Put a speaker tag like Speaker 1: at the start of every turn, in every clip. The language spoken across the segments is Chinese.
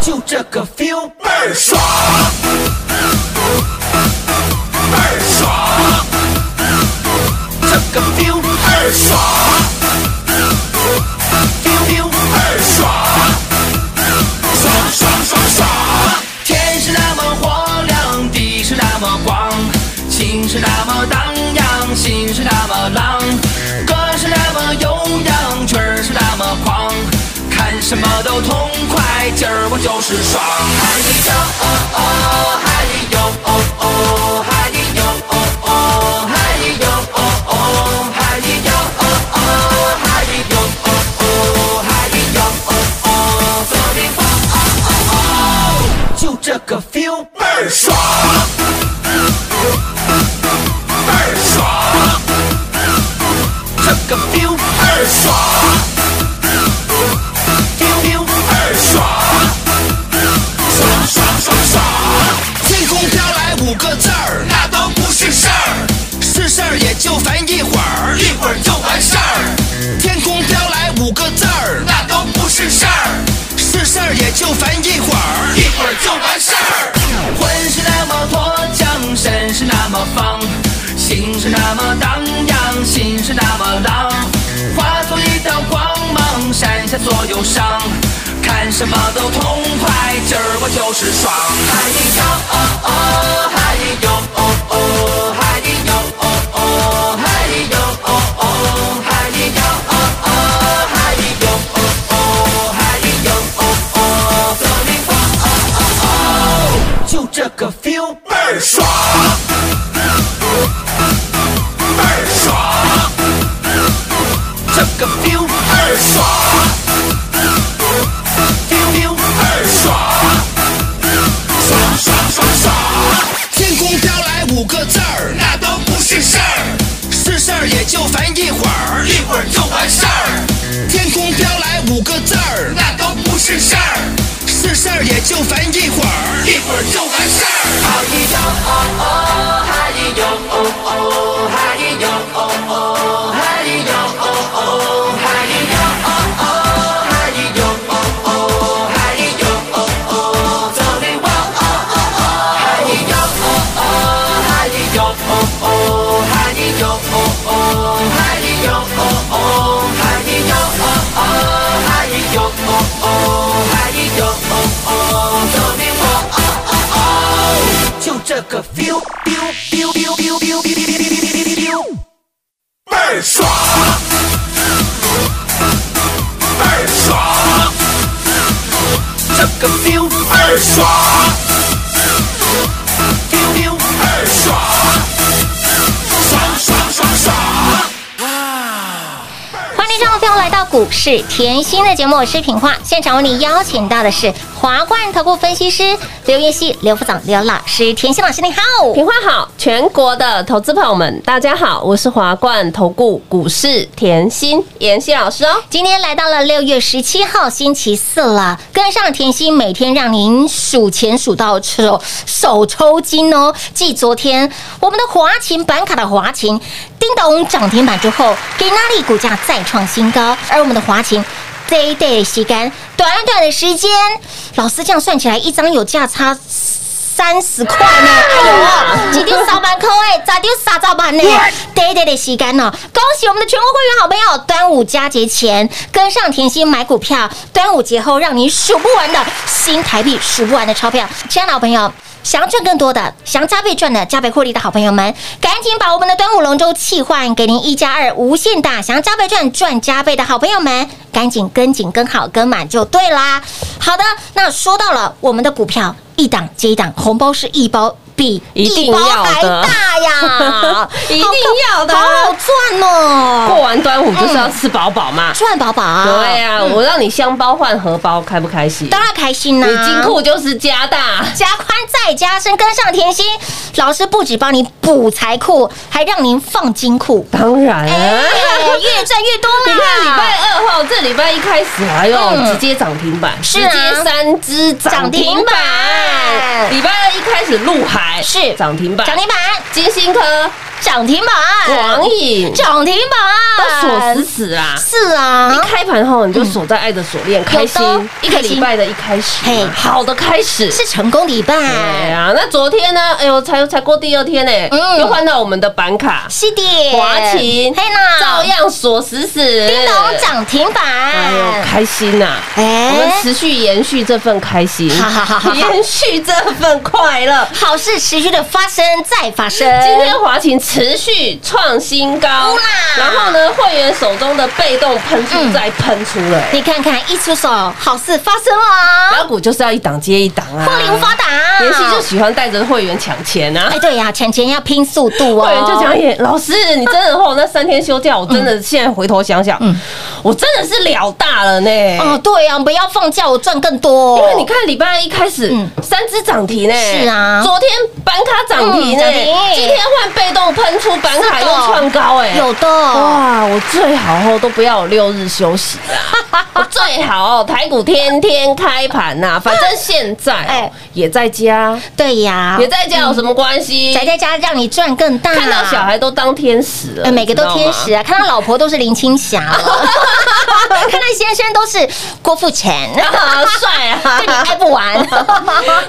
Speaker 1: 就这个 feel 倍儿爽，倍儿爽，这个 feel 倍儿爽，feel feel 倍儿爽，爽爽爽爽。天是那么火亮，地是那么广，情是那么荡漾，心是那么浪，歌是那么悠扬，曲儿是那么狂，看什么都痛快，今儿我就是爽。嗨哩哟哦哦，嗨哩哟哦哦，嗨哩哟哦哦，嗨哩哟哦哦，嗨哩哟哦哦，嗨哩哟哦哦，嗨哩哟哦哦，走你吧。就这个 feel 倍儿爽，倍儿爽，这个 feel 倍儿爽，feel feel 倍儿爽，爽爽爽爽。天空飘来五个字儿，那都不是事儿，是事儿也就烦一会儿，一会儿就完事儿。天空飘来五个字儿，那都不是事儿。是事儿也就烦一会儿，一会儿就完事儿。魂是那么脱缰，身是那么放，心是那么荡漾，心是那么浪，化作一道光芒，闪下所有伤。看什么都痛快，今儿我就是爽！嗨哟哦哦，嗨哟哦哦，嗨哟哦哦，嗨哟哦哦，嗨哟哦哦，嗨哟哦哦，嗨哟哦哦，走你吧哦哦哦，就这个 feel 倍儿爽，倍儿爽，这个 feel 倍儿爽。feel feel 倍儿爽，爽爽爽爽。天空飘来五个字儿，那都不是事儿，是事儿也就烦一会儿，一会儿就完事儿。天空飘来五个字儿，那都不是事儿，是事儿也就烦一会儿，一会儿就完事儿。嗨哟哦哦，嗨哟哦哦，嗨哟哦哦，嗨哟哦哦，嗨哟哦哦，嗨哟哦哦，嗨哟哦哦，走你我哦哦哦，嗨哟哦哦，嗨哟哦哦，嗨哟哦哦，嗨哟哦哦，嗨哟哦哦，嗨哟哦哦，嗨哟哦哦，走你我哦哦哦，就这个 feel feel feel feel feel feel feel feel，倍儿爽。倍儿爽，这个 feel 倍儿爽，feel feel 倍儿爽，爽爽爽爽。
Speaker 2: 欢迎听众朋友来到股市甜心的节目，我是品化。现场为你邀请到的是华冠投顾分析师刘月熙、刘副总、刘老师。甜心老师，你好！
Speaker 3: 平花好，全国的投资朋友们，大家好，我是华冠投顾股市甜心妍希老师哦。
Speaker 2: 今天来到了六月十七号星期四了，跟上甜心，每天让您数钱数到手手抽筋哦。继昨天我们的华勤板卡的华勤叮咚涨停板之后，给那里股价再创新高，而我们的华勤。这一 day 的吸干，短短的时间，老师这样算起来，一张有价差三十块呢！哎呦，几丢三万块哎，咋丢三兆万呢？得得得，吸干哦！恭喜我们的全国会员好朋友，端午佳节前跟上甜心买股票，端午节后让你数不完的新台币，数不完的钞票，亲爱的好朋友。想要赚更多的，想要加倍赚的、加倍获利的好朋友们，赶紧把我们的端午龙舟气换给您一加二无限大，想要加倍赚赚加倍的好朋友们，赶紧跟紧、跟好、跟满就对啦。好的，那说到了我们的股票，一档接一档，红包是一包。比
Speaker 3: 一定
Speaker 2: 包
Speaker 3: 要的，
Speaker 2: 还大呀
Speaker 3: 一定要的
Speaker 2: 好好赚
Speaker 3: 过
Speaker 2: 哦，
Speaker 3: 完端午就是要吃饱饱嘛。
Speaker 2: 赚饱饱啊，
Speaker 3: 对呀、我让你香包换荷包，开不开心？
Speaker 2: 当然开心啦、
Speaker 3: 你金库就是加大，
Speaker 2: 加宽再加深，跟上甜心老师不止帮你补财库，还让您放金库，
Speaker 3: 当然、
Speaker 2: 哎、越赚越多
Speaker 3: 啊你
Speaker 2: 啦！
Speaker 3: 看礼拜二后，这礼拜一开始，哎呦，
Speaker 2: 嗯
Speaker 3: 直接涨停板，
Speaker 2: 是啊
Speaker 3: 直接三只涨停
Speaker 2: 涨停
Speaker 3: 板
Speaker 2: 板。
Speaker 3: 礼拜二一开始，陆海
Speaker 2: 是
Speaker 3: 涨停板，
Speaker 2: 涨停板，嗯
Speaker 3: 金星科、
Speaker 2: 涨停板，
Speaker 3: 广影
Speaker 2: 涨停板，
Speaker 3: 都锁死死啦。
Speaker 2: 是啊嗯
Speaker 3: 一，开盘后你就锁在爱的锁链，开心
Speaker 2: 有的
Speaker 3: 一个
Speaker 2: 开心
Speaker 3: 礼拜的一开始嘛
Speaker 2: 嘿，
Speaker 3: 好的开始。
Speaker 2: 是成功礼
Speaker 3: 对
Speaker 2: 拜，
Speaker 3: 啊，那昨天呢？哎呦，才才过第二天呢、
Speaker 2: 嗯
Speaker 3: 又换到我们的板卡
Speaker 2: 是的，
Speaker 3: 华勤，
Speaker 2: 嘿啦，
Speaker 3: 照样锁死死，
Speaker 2: 叮咚涨停板，
Speaker 3: 哎呦，开心呐、
Speaker 2: 哎
Speaker 3: 我们持续延续这份开心，
Speaker 2: 好好好好好
Speaker 3: 延续这份快乐。
Speaker 2: 好事持续的发生再发生，
Speaker 3: 今天华勤持续创新高
Speaker 2: 哎呼啦，
Speaker 3: 然后呢，会员手中的被动喷出
Speaker 2: 嗯
Speaker 3: 再喷出了、欸，
Speaker 2: 你看看一出手，好事发生了，
Speaker 3: 标股就是要一档接一档啊，
Speaker 2: 获利无法打，
Speaker 3: 妍希就喜欢带着会员抢钱啊。
Speaker 2: 哎，对呀、钱钱要拼速度哦。
Speaker 3: 会员就讲也老师，你真的哦，那三天休假，我真的现在回头想想，我真的是了大了呢。
Speaker 2: 嗯哦，对呀、不要放假，我赚更多、
Speaker 3: 哎因为你看礼拜一开始
Speaker 2: 嗯，
Speaker 3: 三只涨停呢，
Speaker 2: 是啊昨
Speaker 3: 昨天板卡涨停
Speaker 2: 停
Speaker 3: 呢
Speaker 2: 欸，
Speaker 3: 今
Speaker 2: 今
Speaker 3: 天
Speaker 2: 天
Speaker 3: 换被动喷出板卡
Speaker 2: 卡
Speaker 3: 又
Speaker 2: 又
Speaker 3: 创
Speaker 2: 创
Speaker 3: 高哎，
Speaker 2: 有的，
Speaker 3: 哇，我最好后都不要有六日休息 啦，我最好哦台股天天开盘呐，反正现在 哦
Speaker 2: 哎
Speaker 3: 也在家，
Speaker 2: 对呀、
Speaker 3: 也在家有什么关系？
Speaker 2: 宅嗯在家让你赚更大。
Speaker 3: 看到小，孩都当天使了，
Speaker 2: 哎，每个都天
Speaker 3: 你知
Speaker 2: 使
Speaker 3: 道
Speaker 2: 啊，
Speaker 3: 吗。
Speaker 2: 看到老婆都是林青霞 了，看到先生都是郭富城，
Speaker 3: 啊， 帅 啊！
Speaker 2: 对你爱不完。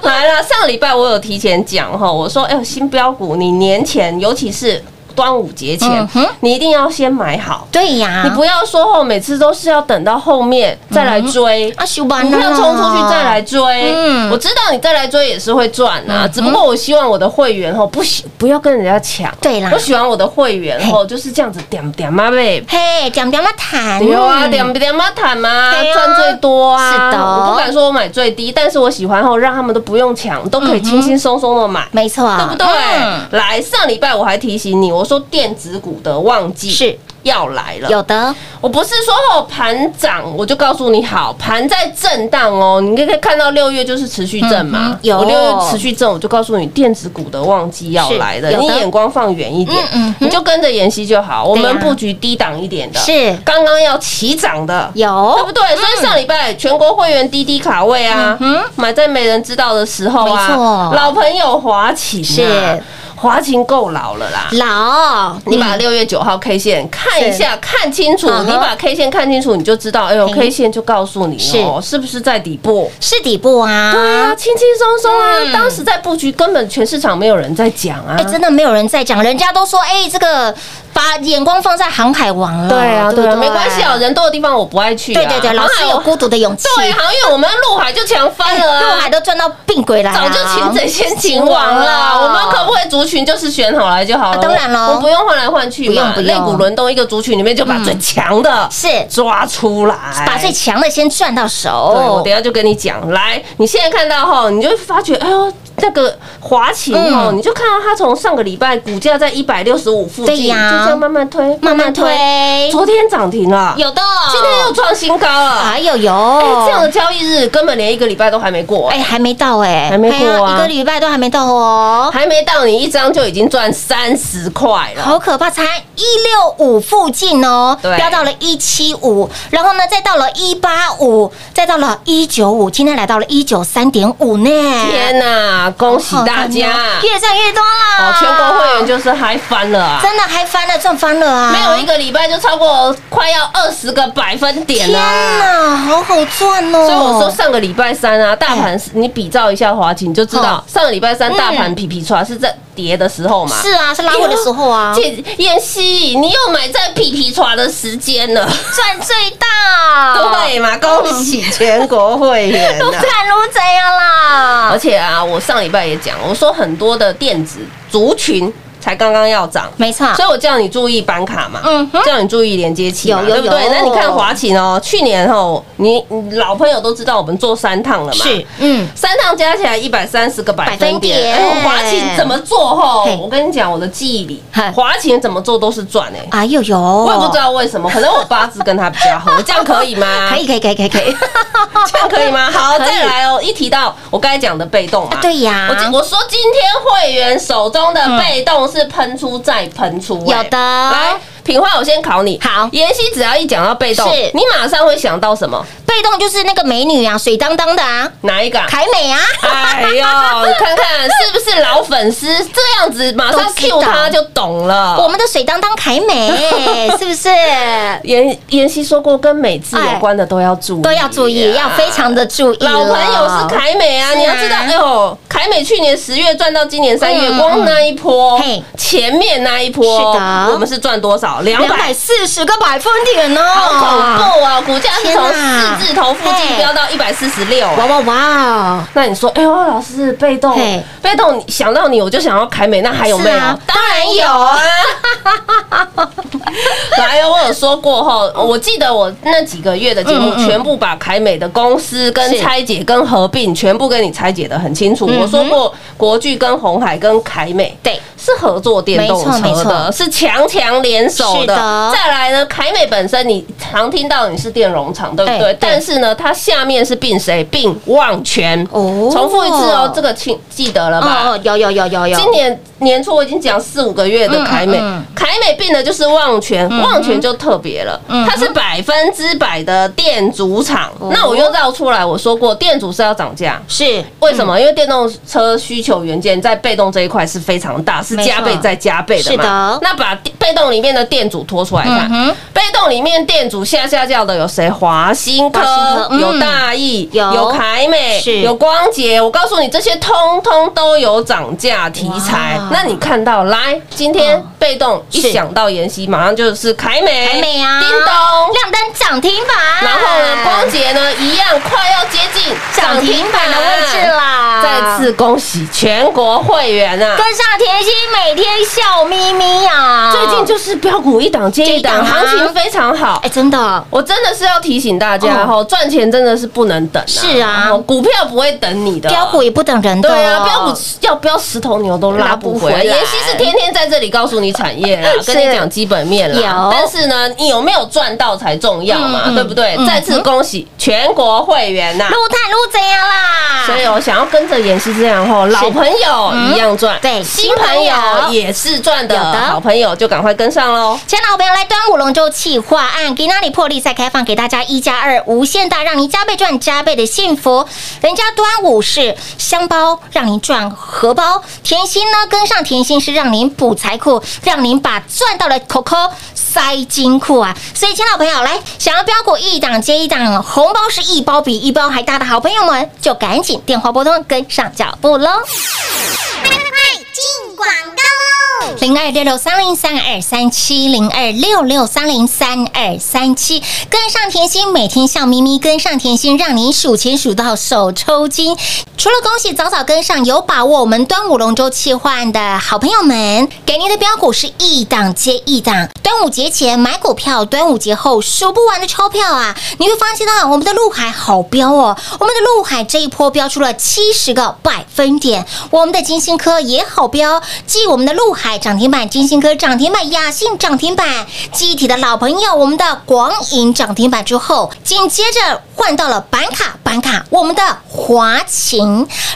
Speaker 3: 来了，上礼拜我有提前讲哈，我说，哎呦，新标股，你年前，尤其是端午节前
Speaker 2: 嗯哼，
Speaker 3: 你一定要先买好，
Speaker 2: 对呀、
Speaker 3: 你不要说哦，每次都是要等到后面再来追。
Speaker 2: 啊，修班
Speaker 3: 股票冲出去再来追，
Speaker 2: 嗯
Speaker 3: 我知道你再来追也是会赚啊，只不过我希望我的会员吼不喜不要跟人家抢，
Speaker 2: 对啦
Speaker 3: 我喜欢我的会员吼就是这样子点点嘛呗，
Speaker 2: 嘿，点点啊谈，
Speaker 3: 有啊，点点嘛坦嘛，
Speaker 2: 对啊
Speaker 3: 赚最多啊。
Speaker 2: 是的
Speaker 3: 我不敢说我买最低，但是我喜欢后让他们都不用抢，都可以轻轻松松的买。
Speaker 2: 没错，
Speaker 3: 对不对？
Speaker 2: 嗯
Speaker 3: 来，上礼拜我还提醒你，我说电子股的旺季
Speaker 2: 是
Speaker 3: 要来了。
Speaker 2: 有的，
Speaker 3: 我不是说哦盘涨，我就告诉你好，盘在震荡哦。你可以看到六月就是持续震
Speaker 2: 嗯
Speaker 3: 嘛
Speaker 2: 哼，有
Speaker 3: 我六月持续震，我就告诉你电子股的旺季要来了。
Speaker 2: 是有的
Speaker 3: 你眼光放远一点，
Speaker 2: 嗯嗯哼
Speaker 3: 你就跟着妍希就好。我
Speaker 2: 对啊
Speaker 3: 们布局低档一点的，
Speaker 2: 是
Speaker 3: 刚刚要起涨的，
Speaker 2: 有
Speaker 3: 对不对？所以上礼拜全国会员滴滴卡位啊
Speaker 2: 嗯哼，
Speaker 3: 买在没人知道的时候
Speaker 2: 没
Speaker 3: 啊，
Speaker 2: 错
Speaker 3: 老朋友华勤啊
Speaker 2: 是
Speaker 3: 华勤够老了啦。
Speaker 2: 老，嗯
Speaker 3: 你把六月九号 K 线看一下，看清楚。
Speaker 2: 嗯哼
Speaker 3: 你把 K 线看清楚，你就知道，哎呦
Speaker 2: 嗯
Speaker 3: ，K 线就告诉你哦，是不是在底部？
Speaker 2: 是底部啊，
Speaker 3: 对啊，轻轻松松啊！
Speaker 2: 嗯
Speaker 3: 当时在布局，根本全市场没有人在讲啊
Speaker 2: 哎、。真的没有人在讲，人家都说，哎、这个把眼光放在航海王了，
Speaker 3: 对啊，
Speaker 2: 对
Speaker 3: 对
Speaker 2: 不
Speaker 3: 啊，
Speaker 2: 对
Speaker 3: 没关系啊，人多的地方我不爱去啊。
Speaker 2: 对对对，老师
Speaker 3: 航海
Speaker 2: 有
Speaker 3: 王
Speaker 2: 孤独的勇气，
Speaker 3: 对，航运我们陆海就强翻了
Speaker 2: 陆海哎
Speaker 3: 啊。
Speaker 2: 都赚到病鬼来了，
Speaker 3: 早就擒贼先擒王了，我们可不
Speaker 2: 以？
Speaker 3: 可以族群就是选好来就好了？
Speaker 2: 哦啊当然咯
Speaker 3: 我们不用换来换去
Speaker 2: 不用
Speaker 3: 嘛。
Speaker 2: 不用
Speaker 3: 肋骨轮动一个族群里面就把最强的
Speaker 2: 是
Speaker 3: 抓出来，
Speaker 2: 把最强的先赚到
Speaker 3: 对，我
Speaker 2: 手，
Speaker 3: 哦等一下就跟你讲。来，你现在看到哈，你就会发觉，哎呦，那个华勤哦，
Speaker 2: 嗯
Speaker 3: 你就看到它从上个礼拜股价在一百六十五附近，
Speaker 2: 对
Speaker 3: 就
Speaker 2: 呀
Speaker 3: 这样慢慢推，
Speaker 2: 慢慢推，
Speaker 3: 昨天涨停了，
Speaker 2: 有的，
Speaker 3: 今天又创新高了。
Speaker 2: 哎呦呦，
Speaker 3: 哎，这样的交易日根本连一个礼拜都还没过，
Speaker 2: 哎还没到哎、
Speaker 3: 还没过啊
Speaker 2: 哎呀一个礼拜都还没到哦。
Speaker 3: 还没到你一张就已经赚三十块了。
Speaker 2: 好可怕，才一六五附近哦，
Speaker 3: 对
Speaker 2: 飙到了一七五，然后呢，再到了一八五，再到了一九五，今天来到了一九三点五呢，
Speaker 3: 天哪，恭喜大家！
Speaker 2: 好看哦越赚越多啦！
Speaker 3: 哦，全国会员就是嗨翻了啊！
Speaker 2: 真的还翻了，赚翻了啊！
Speaker 3: 没有一个礼拜就超过快要二十个百分点
Speaker 2: 天
Speaker 3: 了。
Speaker 2: 哪，好好赚哦！哎
Speaker 3: 所以我说上个礼拜三啊，大盘是你比照一下华勤，你就知道
Speaker 2: 好
Speaker 3: 上个礼拜三
Speaker 2: 嗯
Speaker 3: 大盘皮皮刷是在跌的时候嘛。哎
Speaker 2: 是啊，是拉货的时候啊，
Speaker 3: 姐妍希，你又买在皮皮刷的时间了，
Speaker 2: 赚最大，
Speaker 3: 对
Speaker 2: 嗯
Speaker 3: 嘛？恭喜全国会员
Speaker 2: 都赚如怎样啦？
Speaker 3: 而且啊，我上礼拜也讲，我说很多的电子族群才刚刚要涨。
Speaker 2: 没错，
Speaker 3: 所以我叫你注意板卡嘛，
Speaker 2: 嗯哼
Speaker 3: 叫你注意连接器嘛，
Speaker 2: 有有
Speaker 3: 对不对
Speaker 2: 有？
Speaker 3: 那你看华勤哦，去年哦，你你老朋友都知道我们做三趟了嘛，
Speaker 2: 是，嗯，
Speaker 3: 三趟加起来一百三十个百分点，
Speaker 2: 百分点
Speaker 3: 哎呦，华勤怎么做吼
Speaker 2: 嘿？
Speaker 3: 我跟你讲，我的记忆里
Speaker 2: 嗨，
Speaker 3: 华勤怎么做都是赚哎、
Speaker 2: 哎呦呦，
Speaker 3: 我也不知道啊为什么，可能我八字跟他比 较合，这样可以吗？
Speaker 2: 可以，可以，可以，可以，可以，
Speaker 3: 这样可 以吗？好，
Speaker 2: 可以
Speaker 3: 再来哦。一提到我刚才讲的被动啊
Speaker 2: 啊，对呀
Speaker 3: 我今我说今天会员手中的被动是喷出再喷出，哎
Speaker 2: 有的
Speaker 3: 来。品花，我先考你。
Speaker 2: 好
Speaker 3: 妍希只要一讲到被动
Speaker 2: 是，
Speaker 3: 你马上会想到什么？
Speaker 2: 被动就是那个美女啊，水当当的啊，
Speaker 3: 哪一个啊？
Speaker 2: 凯美啊，
Speaker 3: 哎呦，你看看是不是老粉丝这样子，马上
Speaker 2: 都知道
Speaker 3: Q 他就懂
Speaker 2: 我
Speaker 3: 了。
Speaker 2: 们的水当当凯美 是不是？
Speaker 3: 妍妍希说过，跟美字有关的都要注意啊，
Speaker 2: 都要注意，要非常的注意了。
Speaker 3: 老朋友是凯美啊，
Speaker 2: 是啊
Speaker 3: 你要知道，哎呦，凯美去年十月赚到今年三月，
Speaker 2: 嗯
Speaker 3: 光那一波
Speaker 2: 嗯嘿，
Speaker 3: 前面那一波，
Speaker 2: 是的
Speaker 3: 我们是赚多少？两
Speaker 2: 两
Speaker 3: 百
Speaker 2: 百。四十个百分点哦，
Speaker 3: 好恐怖啊！股价是
Speaker 2: 天
Speaker 3: 从
Speaker 2: 哪
Speaker 3: 四字头附近
Speaker 2: 嘿
Speaker 3: 飙到一百四十六。啊
Speaker 2: 哇哇哇！
Speaker 3: 那你说，哎呦，老师被动
Speaker 2: 嘿，
Speaker 3: 被动想到你，我就想要凯美，那还有没有
Speaker 2: 是啊？
Speaker 3: 当然有啊！ 来哦，我有说过哈，我记得我那几个月的节目
Speaker 2: 嗯，嗯
Speaker 3: 全部把凯美的公司跟
Speaker 2: 是
Speaker 3: 拆解跟合并，全部跟你拆解的很清楚。
Speaker 2: 嗯哼
Speaker 3: 我说过，国巨跟红海跟凯美
Speaker 2: 对，
Speaker 3: 是合作电动
Speaker 2: 没
Speaker 3: 车
Speaker 2: 错没错
Speaker 3: 的，是强强联手
Speaker 2: 是
Speaker 3: 的。
Speaker 2: 的
Speaker 3: 再来呢，凯美本身你常听到你是电容厂，对不
Speaker 2: 对
Speaker 3: 对？
Speaker 2: 对
Speaker 3: 但是呢，它下面是并谁？并旺全。
Speaker 2: 哦
Speaker 3: 重复一次哦，这个请记得了吧？
Speaker 2: 哦哦，有有有有有，
Speaker 3: 今年年初我已经讲四五个月的凯美
Speaker 2: 嗯嗯嗯，嗯
Speaker 3: 凯美并的就是旺泉，旺泉就特别了，它是百分之百的电阻厂。
Speaker 2: 哦
Speaker 3: 那我又绕出来，我说过电阻是要涨价，
Speaker 2: 是
Speaker 3: 为什
Speaker 2: 嗯
Speaker 3: 么？因为电动车需求元件在被动这一块是非常大，是
Speaker 2: 没错
Speaker 3: 加倍再加倍的
Speaker 2: 是
Speaker 3: 嘛。
Speaker 2: 的
Speaker 3: 那把电被动里面的电阻拖出来看，
Speaker 2: 嗯哼
Speaker 3: 被动里面电阻下下叫的有谁？华新科
Speaker 2: 华新科嗯
Speaker 3: 有大益，
Speaker 2: 有
Speaker 3: 有凯美，
Speaker 2: 是
Speaker 3: 有光捷。我告诉你，这些通通都有涨价题材
Speaker 2: 哇。
Speaker 3: 那你看到来今天被动一
Speaker 2: 是
Speaker 3: 想到妍希，马上就是凯美，
Speaker 2: 凯美啊，
Speaker 3: 叮咚。
Speaker 2: 亮啊灯涨停板，
Speaker 3: 然后呢，光捷呢一样快要接近
Speaker 2: 涨停板的位置啦，
Speaker 3: 再次恭喜全国会员啊！
Speaker 2: 跟上甜心，每天笑眯眯啊，
Speaker 3: 最近就是标股一档接一
Speaker 2: 接一档
Speaker 3: 档，
Speaker 2: 啊
Speaker 3: 行情非常好
Speaker 2: 哎，。真的
Speaker 3: 我真的是要提醒大家
Speaker 2: 嗯
Speaker 3: 哦，赚钱真的是不能等啊。
Speaker 2: 是啊
Speaker 3: 哦股票不会等你的。
Speaker 2: 标股也不等人的
Speaker 3: 啊对
Speaker 2: 哦，
Speaker 3: 啊，标股要标十头牛都拉不回
Speaker 2: 拉
Speaker 3: 来。
Speaker 2: 不回来，
Speaker 3: 妍希是天天在这里告诉你产业 啦跟你讲基本面啦
Speaker 2: 有。
Speaker 3: 但是呢，你有没有赚到才重要
Speaker 2: 嗯嗯
Speaker 3: 嘛，对不对
Speaker 2: 嗯？
Speaker 3: 再次恭喜全国会员呐！
Speaker 2: 路探路怎样啊啦？
Speaker 3: 所以我想要跟着妍希这样吼，老朋友一样赚，
Speaker 2: 对
Speaker 3: 新朋友也是赚的，
Speaker 2: 有的
Speaker 3: 好朋友就赶快跟上喽。
Speaker 2: 亲爱的好朋友，来端午龙舟企划案，给那里破例再开放给大家一加二无限大，让你加倍赚加倍的幸福。人家端午是香包，让您赚荷包；甜心呢，跟上甜心是让您补财库，让您把赚到的 COCO 塞金库啊！所以，亲爱的朋友，来想要标股一档接一档，红包是一包比一包还大的好朋友们，就赶紧电话拨通跟上脚步喽。零二六六三零三二三七零二六六三零三二三七，跟上甜心，每天笑眯眯，跟上甜心，让你数钱数到手抽筋。除了恭喜早早跟上有把握我们端午龙舟企划案的好朋友们，给您的标股是一档接一档。端午节前买股票，端午节后数不完的钞票啊！你会发现到我们的陆海好标哦，我们的陆海这一波标出了七十个百分点，我们的金星科也好标，继我们的陆海涨停板、金星科涨停板、雅信涨停板、机体的老朋友，我们的广银涨停板之后，紧接着换到了板卡板卡，我们的华勤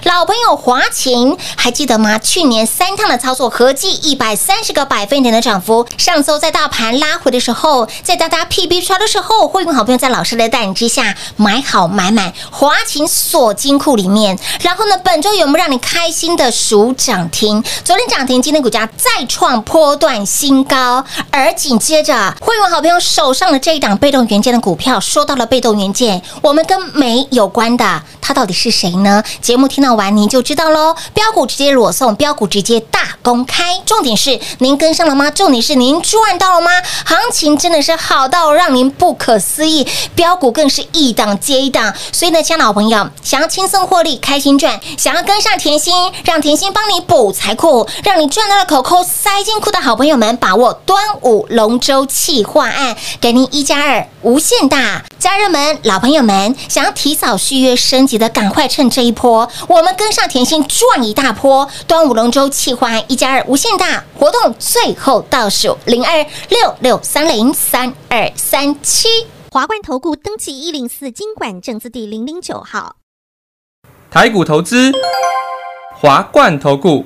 Speaker 2: 老朋友华勤还记得吗？去年三趟的操作合计一百三十个百分点的涨幅，上周在大盘拉回的时候，在大家 PB 刷的时候，会用好朋友在老师的带领之下买好买满华勤锁金库里面。然后呢，本周有没有让你开心的数涨停？昨天涨停，今天股价再创波段新高，而紧接着会用好朋友手上的这一档被动元件的股票，说到了被动元件，我们跟煤有关的，他到底是谁呢？节目听到完您就知道喽。标股直接裸送，标股直接大公开。重点是您跟上了吗？重点是您赚到了吗？行情真的是好到让您不可思议，标股更是一档接一档。所以呢，亲爱的好朋友，想要轻松获利、开心赚，想要跟上甜心，让甜心帮你补财库，让你赚到了口口塞进库的好朋友们，把握端午龙舟企划案，给您一加二无限大。家人们、老朋友们，想要提早续约升级的，赶快趁这一波，我们跟上甜心赚一大波。端午龙舟企划案一加二无限大活动最后倒数零二六六三零三二三七。
Speaker 4: 华冠投顾登记一零四经管证字第零零九号，
Speaker 5: 台股投资，华冠投顾，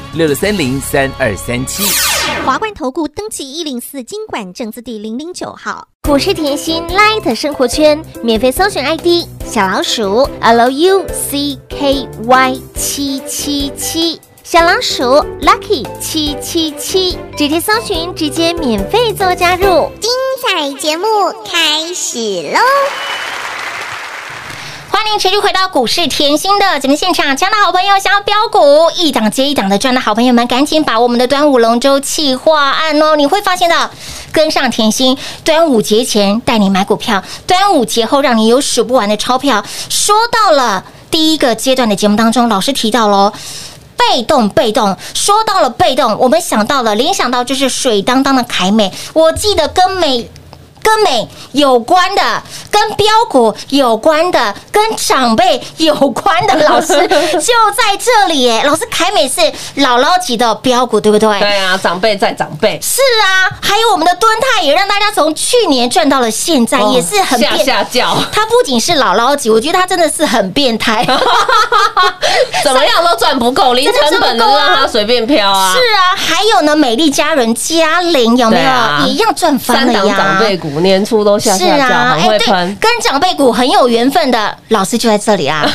Speaker 6: 六六三零三二三七。
Speaker 4: 华冠投顾登记一零四经管证字第零零九号。
Speaker 2: 我是甜心 Light 生活圈免费搜寻 ID 小老鼠 Lucky 七七七，小老鼠 Lucky 七七七，直接搜寻，直接免费做加入。
Speaker 4: 彩节目开始喽！
Speaker 2: 欢迎持续回到股市甜心的节目现场，亲爱的好朋友，想要标股一档接一档的赚的好朋友们，赶紧把我们的端午龙舟企划案哦！你会发现到跟上甜心，端午节前带你买股票，端午节后让你有数不完的钞票。说到了第一个阶段的节目当中，老师提到哦喽。被动，被动，说到了被动，我们想到了，联想到就是水当当的凯美。我记得跟美跟美有关的、跟标股有关的、跟长辈有关的，老师 就在这里耶。老师凯美是姥姥级的标股，对不对？
Speaker 3: 对啊，长辈在长辈，
Speaker 2: 是啊，还有我们的敦泰也让大家从去年赚到了现在，
Speaker 3: 哦
Speaker 2: 也是很
Speaker 3: 下
Speaker 2: 变。
Speaker 3: 下 叫，
Speaker 2: 他不仅是姥姥级，我觉得他真的是很变态。
Speaker 3: 怎么样都赚不够，零成本能让他随便飘啊
Speaker 2: 是。啊，还有呢，美丽佳人嘉玲有没
Speaker 3: 对
Speaker 2: 有、
Speaker 3: 啊
Speaker 2: 也一样赚翻
Speaker 3: 三
Speaker 2: 了
Speaker 3: 档
Speaker 2: 呀？
Speaker 3: 长辈股年初都下
Speaker 2: 是
Speaker 3: 下
Speaker 2: 啊
Speaker 3: 叫，，很
Speaker 2: 哎，
Speaker 3: 会
Speaker 2: 对
Speaker 3: 喷，。
Speaker 2: 跟长辈股很有缘分的老师就在这里 啊。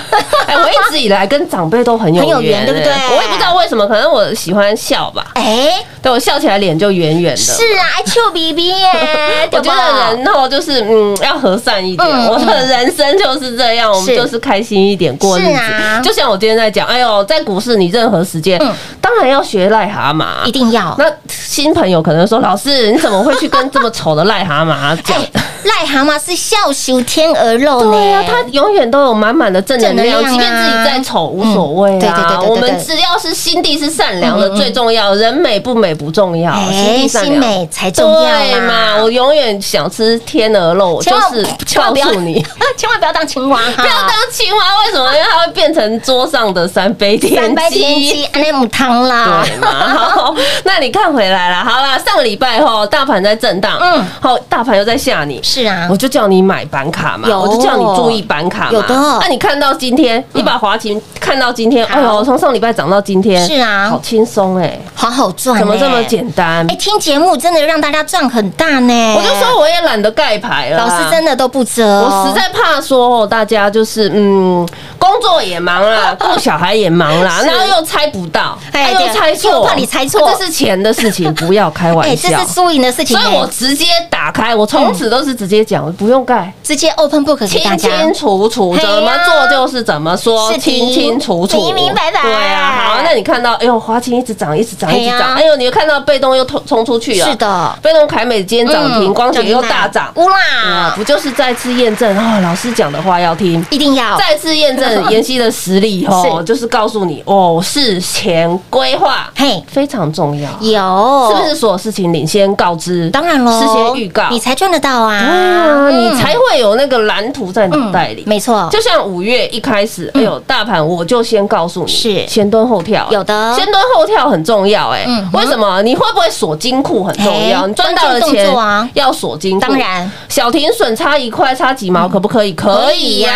Speaker 3: 哎，我一直以来跟长辈都很有
Speaker 2: 很有
Speaker 3: 缘
Speaker 2: 缘，对不对
Speaker 3: 哎我也不知道为什么，可能我喜欢笑吧。
Speaker 2: 哎，
Speaker 3: 对我笑起来脸就圆圆的。
Speaker 2: 是啊，爱 Q B B 耶，
Speaker 3: 我
Speaker 2: 对
Speaker 3: 觉
Speaker 2: 吧
Speaker 3: 得人后就是嗯，要和善一点。
Speaker 2: 嗯
Speaker 3: 我的人生就是这样，我们
Speaker 2: 是
Speaker 3: 就是开心一点过日
Speaker 2: 是啊
Speaker 3: 子。就像我今天在讲，哎呦，在股市你任何时间
Speaker 2: 嗯，
Speaker 3: 当然要学癞蛤蟆
Speaker 2: 一。定要。
Speaker 3: 那新朋友可能说，老师你怎么会去跟这么丑的癞蛤蟆讲？
Speaker 2: 哎，癞蛤蟆是笑羞天鹅肉呢。
Speaker 3: 对呀、啊，他永远都有满满的正能量，
Speaker 2: 正能量啊
Speaker 3: 即便自己再丑无所谓
Speaker 2: 嗯对对对
Speaker 3: 啊。
Speaker 2: 对对嗯
Speaker 3: 我们只要是心地是善良的最重要，人美不美不重要，心
Speaker 2: 哎，
Speaker 3: 地善
Speaker 2: 心
Speaker 3: 良。
Speaker 2: 美才重要
Speaker 3: 对嘛？我永远想吃天鹅肉，我
Speaker 2: 千
Speaker 3: 就
Speaker 2: 万
Speaker 3: 是
Speaker 2: 千万
Speaker 3: 告
Speaker 2: 不要
Speaker 3: 诉你，
Speaker 2: 啊千万不要当青蛙哈，
Speaker 3: 不要当青蛙。为什么？因为它会变成桌上的三杯
Speaker 2: 三
Speaker 3: 天
Speaker 2: 白天
Speaker 3: 鸡。啊
Speaker 2: 鸡安内母汤啦。
Speaker 3: 对嘛？好，那你看回来了。好啦，上个礼拜吼，大盘在震荡，
Speaker 2: 嗯
Speaker 3: 嗯，好，大盘又在吓你，
Speaker 2: 是啊
Speaker 3: 我，就叫你买板卡嘛，
Speaker 2: 有
Speaker 3: 我就叫你注意板卡嘛。
Speaker 2: 有的
Speaker 3: 那你看到今天，你把华勤看到今天，
Speaker 2: 好
Speaker 3: 哎呦，从上礼拜涨到今天，
Speaker 2: 是啊
Speaker 3: 好轻松哎，
Speaker 2: 好好赚，
Speaker 3: 怎么这么？简单
Speaker 2: 哎，？听节目真的让大家赚很大呢。
Speaker 3: 我就说我也懒得盖牌了啊，
Speaker 2: 老师真的都不哦折，
Speaker 3: 我实在怕说哦，大家就是嗯，工作也忙啦， 顾小孩也忙啦，
Speaker 2: 是
Speaker 3: 然后又猜不到，
Speaker 2: 哎
Speaker 3: 又
Speaker 2: 对
Speaker 3: 猜
Speaker 2: 又
Speaker 3: 错，
Speaker 2: 怕你猜错
Speaker 3: 这是钱的事情，不要开
Speaker 2: 哎，
Speaker 3: 玩
Speaker 2: 这
Speaker 3: 笑
Speaker 2: 是。输赢的事情
Speaker 3: 所
Speaker 2: 哎，
Speaker 3: 以我直接打开，我我从此都是直接讲，不用盖，
Speaker 2: 直接 open book 给嗯大
Speaker 3: 清
Speaker 2: 家。
Speaker 3: 清楚楚，
Speaker 2: 嘿
Speaker 3: 怎
Speaker 2: 呀
Speaker 3: 么做就是怎么说，
Speaker 2: 是的
Speaker 3: 清清楚楚，
Speaker 2: 明明白白
Speaker 3: 对啊，好，那你看到，哎呦，花旗一直涨，一直涨，
Speaker 2: 嘿
Speaker 3: 一
Speaker 2: 呀
Speaker 3: 直涨，哎呦，你又看到被动又冲冲出去了，
Speaker 2: 是，的，
Speaker 3: 被动凯美今天涨停，
Speaker 2: 嗯
Speaker 3: 光铁又大涨，
Speaker 2: 乌
Speaker 3: 哇，
Speaker 2: 啦，
Speaker 3: 啊不就是再次验证哦，老师讲的话要听。
Speaker 2: 一定要
Speaker 3: 再次验证妍希的 实力哦，
Speaker 2: 是
Speaker 3: 就是告诉你哦，事前规划
Speaker 2: 嘿
Speaker 3: 非常重要，
Speaker 2: 有，
Speaker 3: 是不是？所有事情领先告知？
Speaker 2: 当然喽，
Speaker 3: 事先预告，
Speaker 2: 你才赚得到啊！
Speaker 3: 对啊，你
Speaker 2: 嗯
Speaker 3: 才会有那个蓝图在脑袋里。
Speaker 2: 没错，
Speaker 3: 就像五月一开始，哎呦，大盘我就先告诉你，
Speaker 2: 嗯是
Speaker 3: 先蹲后跳，
Speaker 2: 有的
Speaker 3: 先蹲后跳很重要，哎
Speaker 2: 嗯，
Speaker 3: 为什么？你会不会锁金库很重要，
Speaker 2: 哎
Speaker 3: 你赚到了
Speaker 2: 关键
Speaker 3: 钱
Speaker 2: 动作啊
Speaker 3: 要锁金库，
Speaker 2: 当然嗯
Speaker 3: 小停损差一块，差几毛，可不可以？可以呀、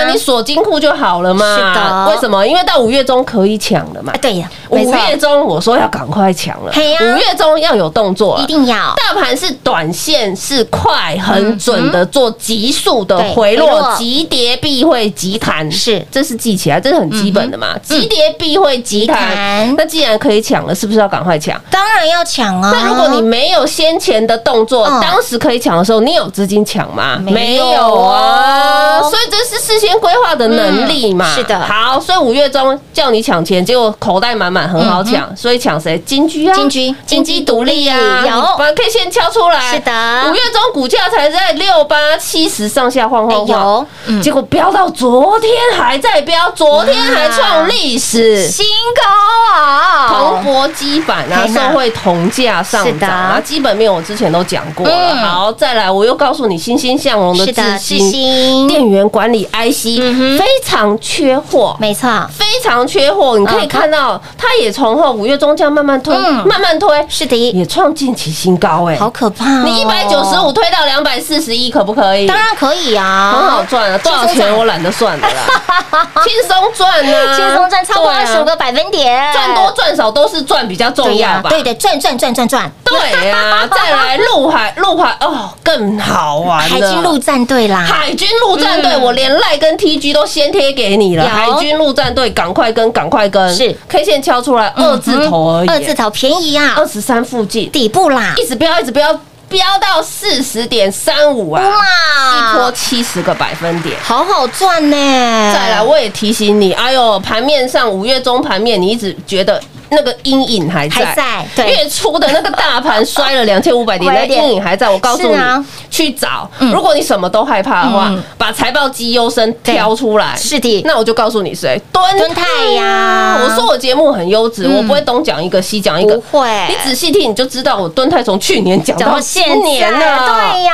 Speaker 2: 可以呀
Speaker 3: 你锁金库就好了嘛。
Speaker 2: 是的
Speaker 3: 为什么？因为到五月中可以抢了嘛
Speaker 2: 啊，。对呀，
Speaker 3: 五
Speaker 2: 没错，
Speaker 3: 月中我说要赶快抢了，
Speaker 2: 嘿呀
Speaker 3: 五月中要有动作了
Speaker 2: 一。定要
Speaker 3: 大盘是短线是快很准的，做急速的
Speaker 2: 嗯对
Speaker 3: 回
Speaker 2: 回
Speaker 3: 落
Speaker 2: 落，
Speaker 3: 急跌必会急弹，
Speaker 2: 是嗯
Speaker 3: 这是记起来，这是很基本的嘛，急跌必会急
Speaker 2: 急
Speaker 3: 弹
Speaker 2: 弹。
Speaker 3: 那既然可以抢了，是不是要赶快抢？
Speaker 2: 当然要抢啊！
Speaker 3: 那如果你没有先前的动作，
Speaker 2: 嗯
Speaker 3: 当时可以抢的时候，你有资金抢吗？
Speaker 2: 没有
Speaker 3: 啊，
Speaker 2: 哦
Speaker 3: 所以这是事先规划的能力嘛。
Speaker 2: 嗯是的
Speaker 3: 好，所以五月中叫你抢钱，结果口袋满满，很好抢，所以抢谁？金居啊，
Speaker 2: 嗯金居
Speaker 3: 金居独立啊，
Speaker 2: 有
Speaker 3: 反正可以先敲出来。
Speaker 2: 是的
Speaker 3: 五月中股价才在六八七十上下晃晃
Speaker 2: 哎
Speaker 3: 晃
Speaker 2: 有，嗯
Speaker 3: 结果飙到昨天还在飙，昨天还创历史
Speaker 2: 新高
Speaker 3: 铜
Speaker 2: 啊，
Speaker 3: 箔基板 啊，
Speaker 2: 嘿呐
Speaker 3: 社会铜价上
Speaker 2: 是的
Speaker 3: 涨啊，基本面我之前都讲过了。
Speaker 2: 嗯
Speaker 3: 好，再来，我又告诉你欣欣向荣的
Speaker 2: 是的，
Speaker 3: 自
Speaker 2: 是
Speaker 3: 信
Speaker 2: 新，嗯
Speaker 3: 电源管理 IC 非常缺货。
Speaker 2: 没错，
Speaker 3: 非常缺货，你可以
Speaker 2: 嗯
Speaker 3: 看到，它也从后五月中这样慢慢推，
Speaker 2: 嗯
Speaker 3: 慢慢推，
Speaker 2: 是的，
Speaker 3: 也创近期新高哎！
Speaker 2: 好可怕哦！
Speaker 3: 你一百九十五推到两百四十一，可不可以？
Speaker 2: 当然可以啊，
Speaker 3: 很好赚啊，多少
Speaker 2: 轻松
Speaker 3: 钱
Speaker 2: 赚
Speaker 3: 我懒得算了啦，轻松赚 啊，
Speaker 2: 轻松赚超过
Speaker 3: 对
Speaker 2: 二
Speaker 3: 啊
Speaker 2: 十五个百分点，
Speaker 3: 赚多赚少都是赚比较重
Speaker 2: 对
Speaker 3: 要
Speaker 2: 呀，
Speaker 3: 吧？
Speaker 2: 对对，赚赚赚赚赚，
Speaker 3: 对呀、再来陆海陆海哦更好玩
Speaker 2: 海
Speaker 3: 了。
Speaker 2: 军陆战队啦，
Speaker 3: 海军陆战队，我连赖跟 TG 都先贴给你了。
Speaker 2: 有
Speaker 3: 海军陆战队，赶快跟，赶快跟，
Speaker 2: 是嗯
Speaker 3: K 线敲出来二字头而已，
Speaker 2: 二字头便宜啊
Speaker 3: 二，十三附近，
Speaker 2: 底部啦，
Speaker 3: 一直飙，一直飙，飙到四十点三五啊，一波
Speaker 2: 哇，
Speaker 3: 七十个百分点。
Speaker 2: 好好赚呢！呃
Speaker 3: 再来，我也提醒你，哎呦，盘面上五月中盘面，你一直觉得那个阴影还在，
Speaker 2: 还在对
Speaker 3: 月初的那个大盘摔了两千五 百点，那
Speaker 2: 500点
Speaker 3: 阴影还在。我告诉你
Speaker 2: 是啊，
Speaker 3: 去找。如果你什么都害怕的话
Speaker 2: 嗯，
Speaker 3: 把财报绩优生挑出来。
Speaker 2: 是的
Speaker 3: 那我就告诉你谁，蹲
Speaker 2: 蹲泰呀
Speaker 3: 我说我节目很优质，我不会东讲一个西讲一个
Speaker 2: 不。会，
Speaker 3: 你仔细听，你就知道我蹲泰从去年讲
Speaker 2: 讲
Speaker 3: 到
Speaker 2: 到
Speaker 3: 今
Speaker 2: 现
Speaker 3: 年
Speaker 2: 年
Speaker 3: 了，
Speaker 2: 对呀，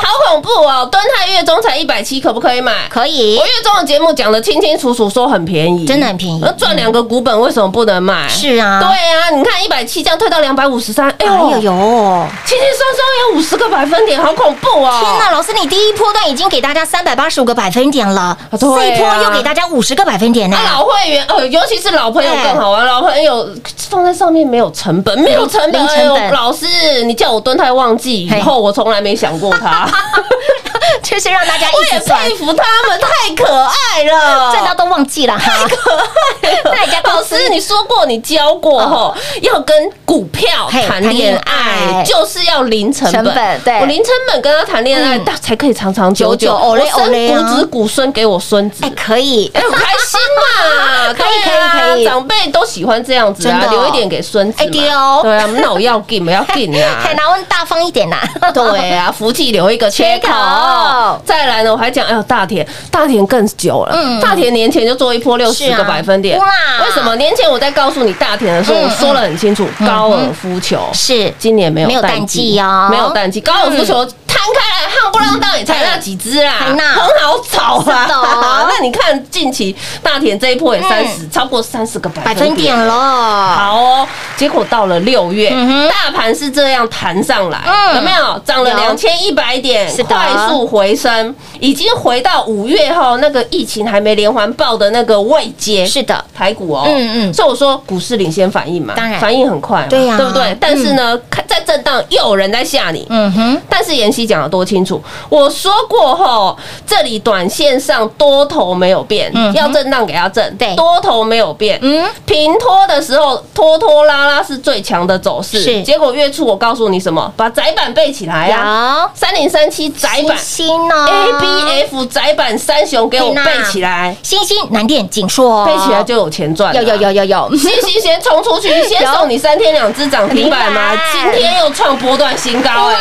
Speaker 3: 好恐怖哦！蹲泰月中才一百七，可不可以买？
Speaker 2: 可以
Speaker 3: 我，月中的节目讲的清清楚楚，说很便宜，
Speaker 2: 真的很便宜
Speaker 3: 那赚两个股本为什么不能买？
Speaker 2: 是啊
Speaker 3: 对啊，你看一百七这样退到两百五十三，哎
Speaker 2: 哎
Speaker 3: 呦，哦
Speaker 2: 呦
Speaker 3: 轻
Speaker 2: 呦，
Speaker 3: 轻松松有五十个百分点，好恐怖哦！
Speaker 2: 天哪，老师，你第一波段已经给大家三百八十五个百分点了，
Speaker 3: 啊
Speaker 2: 这
Speaker 3: 对啊
Speaker 2: 一波又给大家五十个百分点呢
Speaker 3: 啊，，老会员，呃，尤其是老朋友更好
Speaker 2: 哎
Speaker 3: 玩。老朋友放在上面没有成本，没有成本。
Speaker 2: 零成本
Speaker 3: 哎呦老师，你叫我蹲太忘记以
Speaker 2: 嘿
Speaker 3: 后，我从来没想过他。
Speaker 2: 就是让大家
Speaker 3: 我
Speaker 2: 一
Speaker 3: 也
Speaker 2: 直赚
Speaker 3: 佩，服他们，太可 爱了，
Speaker 2: 赚到都忘记了哈。那人家
Speaker 3: 老
Speaker 2: 公司
Speaker 3: 师，你说过你教过吼，要跟股票
Speaker 2: 哦嘿谈
Speaker 3: 谈恋
Speaker 2: 恋
Speaker 3: 爱，
Speaker 2: 爱
Speaker 3: 就是要零成本。
Speaker 2: 成本对
Speaker 3: 我零成本跟他谈恋爱，
Speaker 2: 嗯
Speaker 3: 那才可以长长久
Speaker 2: 久
Speaker 3: 久。
Speaker 2: 久哦
Speaker 3: 我
Speaker 2: 嘞哦
Speaker 3: 生
Speaker 2: 嘞啊
Speaker 3: 骨子骨孙给我孙子
Speaker 2: 哎，。可以，
Speaker 3: 哎，我开心 嘛！
Speaker 2: 可以
Speaker 3: 对啊
Speaker 2: 可以可以
Speaker 3: 长辈都喜欢这样子啊
Speaker 2: 真，的哦
Speaker 3: 留一点给孙子嘛。
Speaker 2: 哎对哦
Speaker 3: 对啊，那我要给，我要给啊！
Speaker 2: 海南问大方一点啦。
Speaker 3: 对啊，福气留一个缺口
Speaker 2: 缺口。
Speaker 3: 再来呢，我还讲，哎呦，大田，大田更久了，
Speaker 2: 嗯
Speaker 3: 大田年前就做一波六十
Speaker 2: 是
Speaker 3: 个
Speaker 2: 啊
Speaker 3: 百分点，
Speaker 2: 哇
Speaker 3: 为什么年前我在告诉你大田的时候，
Speaker 2: 嗯
Speaker 3: 我说了很清楚，高尔夫球
Speaker 2: 是
Speaker 3: 今年没有
Speaker 2: 嗯没有淡季哦嗯
Speaker 3: 没有淡季，高尔夫球摊开来，夯不啷当也才那几只啦，
Speaker 2: 还那
Speaker 3: 很好找
Speaker 2: 是的
Speaker 3: 啦
Speaker 2: 哦。 嗯
Speaker 3: 那你看近期大田这一波也三十，超过三十个百
Speaker 2: 百
Speaker 3: 分
Speaker 2: 分
Speaker 3: 点
Speaker 2: 点了，
Speaker 3: 好哦，结果到了六月，
Speaker 2: 嗯哼
Speaker 3: 大盘是这样弹上来，
Speaker 2: 嗯
Speaker 3: 有没有？涨了两
Speaker 2: 有
Speaker 3: 千一百点
Speaker 2: 是，的
Speaker 3: 快速回升。已经回到五月后那个疫情还没连环爆的那个位阶，
Speaker 2: 是的，
Speaker 3: 台股哦，
Speaker 2: 嗯嗯
Speaker 3: 所以我说股市领先反应嘛，
Speaker 2: 当然
Speaker 3: 反应很快嘛，
Speaker 2: 对呀
Speaker 3: 对不对？但是呢，看在震荡又有人在吓你，
Speaker 2: 嗯哼，
Speaker 3: 但是妍希讲的多清楚，我说过吼，这里短线上多头没有变，
Speaker 2: 嗯哼
Speaker 3: 要震荡给它震，
Speaker 2: 对
Speaker 3: 多头没有变，
Speaker 2: 嗯，
Speaker 3: 平拖的时候拖拖拉拉是最强的走势，
Speaker 2: 是
Speaker 3: 结果月初我告诉你什么，把窄板背起来呀、啊，
Speaker 2: 有
Speaker 3: 三零三七窄板
Speaker 2: 星星哦
Speaker 3: A B F 窄板三雄给我
Speaker 2: 天哪
Speaker 3: 背起来，
Speaker 2: 星星南电锦硕哦，
Speaker 3: 背起来就有钱赚了，
Speaker 2: 有有有有有，
Speaker 3: 信息先冲出 去，先送你三天两只涨停板嘛
Speaker 2: 明白！
Speaker 3: 今天又创波段新高哎、
Speaker 2: 哇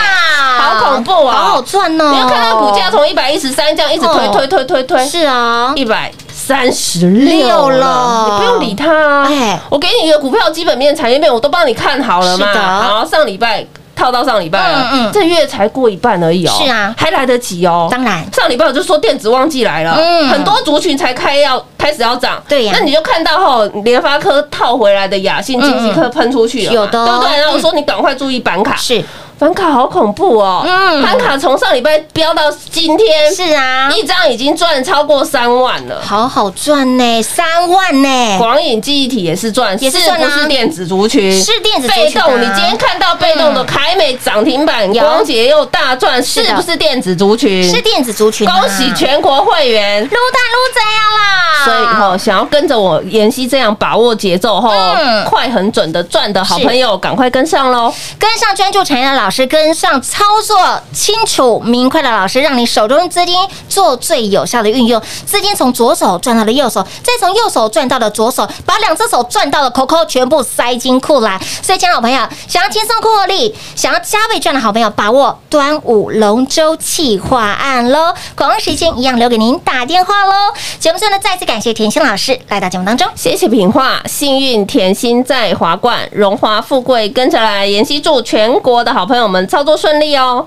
Speaker 3: 好恐怖啊！
Speaker 2: 好好赚哦！
Speaker 3: 你要看到股价从一百一十三这样一直推
Speaker 2: 哦
Speaker 3: 推推推推，
Speaker 2: 是啊，
Speaker 3: 一百三十六
Speaker 2: 了
Speaker 3: 了，你不用理它啊！
Speaker 2: 哎
Speaker 3: 我给你的股票基本面、产业面我都帮你看好了嘛。
Speaker 2: 是的
Speaker 3: 好，上礼拜套到上礼拜了，
Speaker 2: 嗯嗯
Speaker 3: 这月才过一半而已哦。
Speaker 2: 是啊
Speaker 3: 还来得及哦。
Speaker 2: 当然
Speaker 3: 上礼拜我就说电子旺季来了，
Speaker 2: 嗯
Speaker 3: 很多族群才开要开始要涨。
Speaker 2: 对呀嗯
Speaker 3: 那你就看到吼，联发科套回来的雅信、金济科喷出去了嘛，
Speaker 2: 有的哦
Speaker 3: 对不对？然后我说你赶快注意板卡，
Speaker 2: 是
Speaker 3: 板卡好恐怖哦。
Speaker 2: 嗯
Speaker 3: 板卡从上礼拜飙到今天，
Speaker 2: 是啊，
Speaker 3: 一张已经赚超过三万了。
Speaker 2: 好好赚呢，三万呢，
Speaker 3: 广影记忆体也是赚，
Speaker 2: 哎也是赚啊
Speaker 3: 不是电子族群？
Speaker 2: 是电子族群
Speaker 3: 被
Speaker 2: 啊嗯
Speaker 3: 动。你今天看到被动的凯美涨停板，
Speaker 2: 有
Speaker 3: 光洁又大赚，
Speaker 2: 是
Speaker 3: 是
Speaker 2: 的
Speaker 3: 不是电子族群？
Speaker 2: 是电子族群啊，
Speaker 3: 恭喜全国会员。
Speaker 2: 撸蛋撸贼啊啦！
Speaker 3: 所以哦哈、想要跟着我妍希这样把握节奏哈、
Speaker 2: 嗯
Speaker 3: 快很准的赚的好朋友，赶快跟上喽！
Speaker 2: 跟上专注产业的老师，跟上操作清楚明快的老师，让你手中资金做最有效的运用。资金从左手转到了右手，再从右手转到了左手，把两只手转到了口口，全部塞进库来。所以，亲爱的朋友，想要轻松获利，想要加倍赚的好朋友，把握端午龙舟企划案喽！广告时间一样留给您打电话喽。节目最后呢，再次感谢甜心老师来到节目当中。
Speaker 3: 谢谢品画，幸运甜心在华冠，荣华富贵跟着来。妍希祝全国的好朋友们操作顺利哦！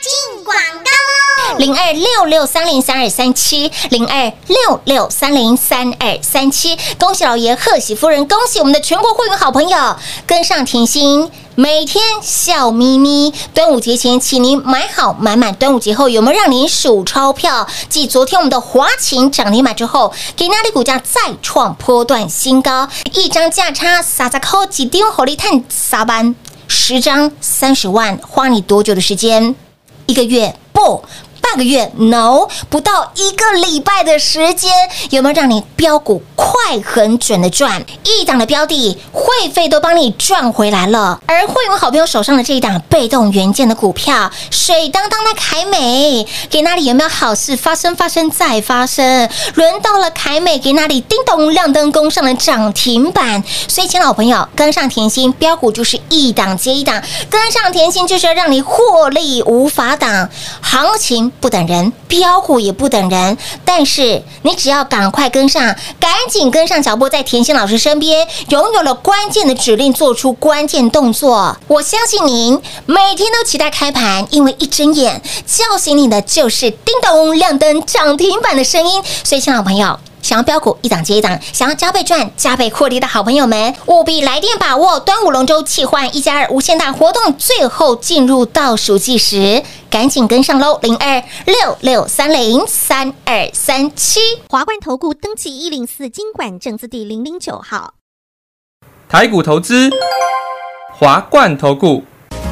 Speaker 4: 进广告喽！
Speaker 2: 零二六六三零三二三七，零二六六三零三二三七。恭喜老爷，贺喜夫人，恭喜我们的全国会员好朋友，跟上甜心。每天笑眯眯，端午节前请您买好买满，端午节后有没有让您数钞票？继昨天我们的华勤涨停板之后，给那里股价再创波段新高，一张价差撒撒扣几丢火力探撒班，十张三十万，花你多久的时间？一个月不。半个月，no，不到一个礼拜的时间，有没有让你标股快、很准的赚？一档的标的，会费都帮你赚回来了。而会员好朋友手上的这一档被动元件的股票，水当当的凯美，给那里有没有好事发生？发生再发生，轮到了凯美，给那里叮咚亮灯攻上了涨停板。所以，请老朋友跟上甜心，标股就是一档接一档，跟上甜心就是要让你获利无法挡。行情不等人，标股也不等人，但是你只要赶快跟上，赶紧跟上脚步，在甜心老师身边，拥有了关键的指令，做出关键动作。我相信您每天都期待开盘，因为一睁眼叫醒你的就是叮咚亮灯涨停板的声音。所以，亲爱的朋友。想要标股一档接一档，想要加倍赚、加倍获利的好朋友们，务必来电把握端午龙舟气换一加二无限大活动最后进入倒数计时，赶紧跟上喽！零二六六三零三二三七。
Speaker 4: 华冠投顾登记一零四经管证字第零零九号。
Speaker 5: 台股投资，华冠投顾。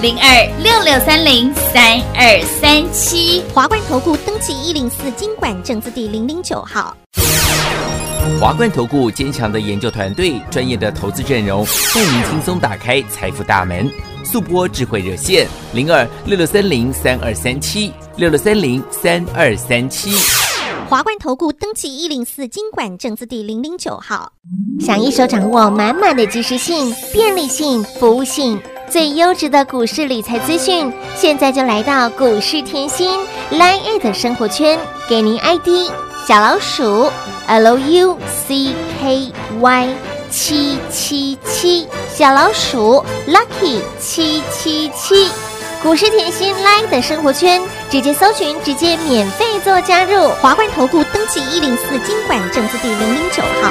Speaker 7: 零二六六三零三二三七。
Speaker 4: 华冠投顾登记一零四经管证字第零零九号。
Speaker 6: 华冠投顾坚强的研究团队，专业的投资阵容，带您轻松打开财富大门。速播智慧热线零二六六三零三二三七六六三零三二三七。
Speaker 4: 华冠投顾登记一零四经管证字第零零九号。
Speaker 2: 想一手掌握满满的及时性、便利性、服务性，最优质的股市理财资讯，现在就来到股市甜心 Line 的生活圈，给您 ID 小老鼠 L U C K Y 七七七，小老鼠 Lucky 七七七，股市甜心 Live 的生活圈，直接搜寻，直接免费做加入。华冠投顾登记一零四经管证字第零零九号。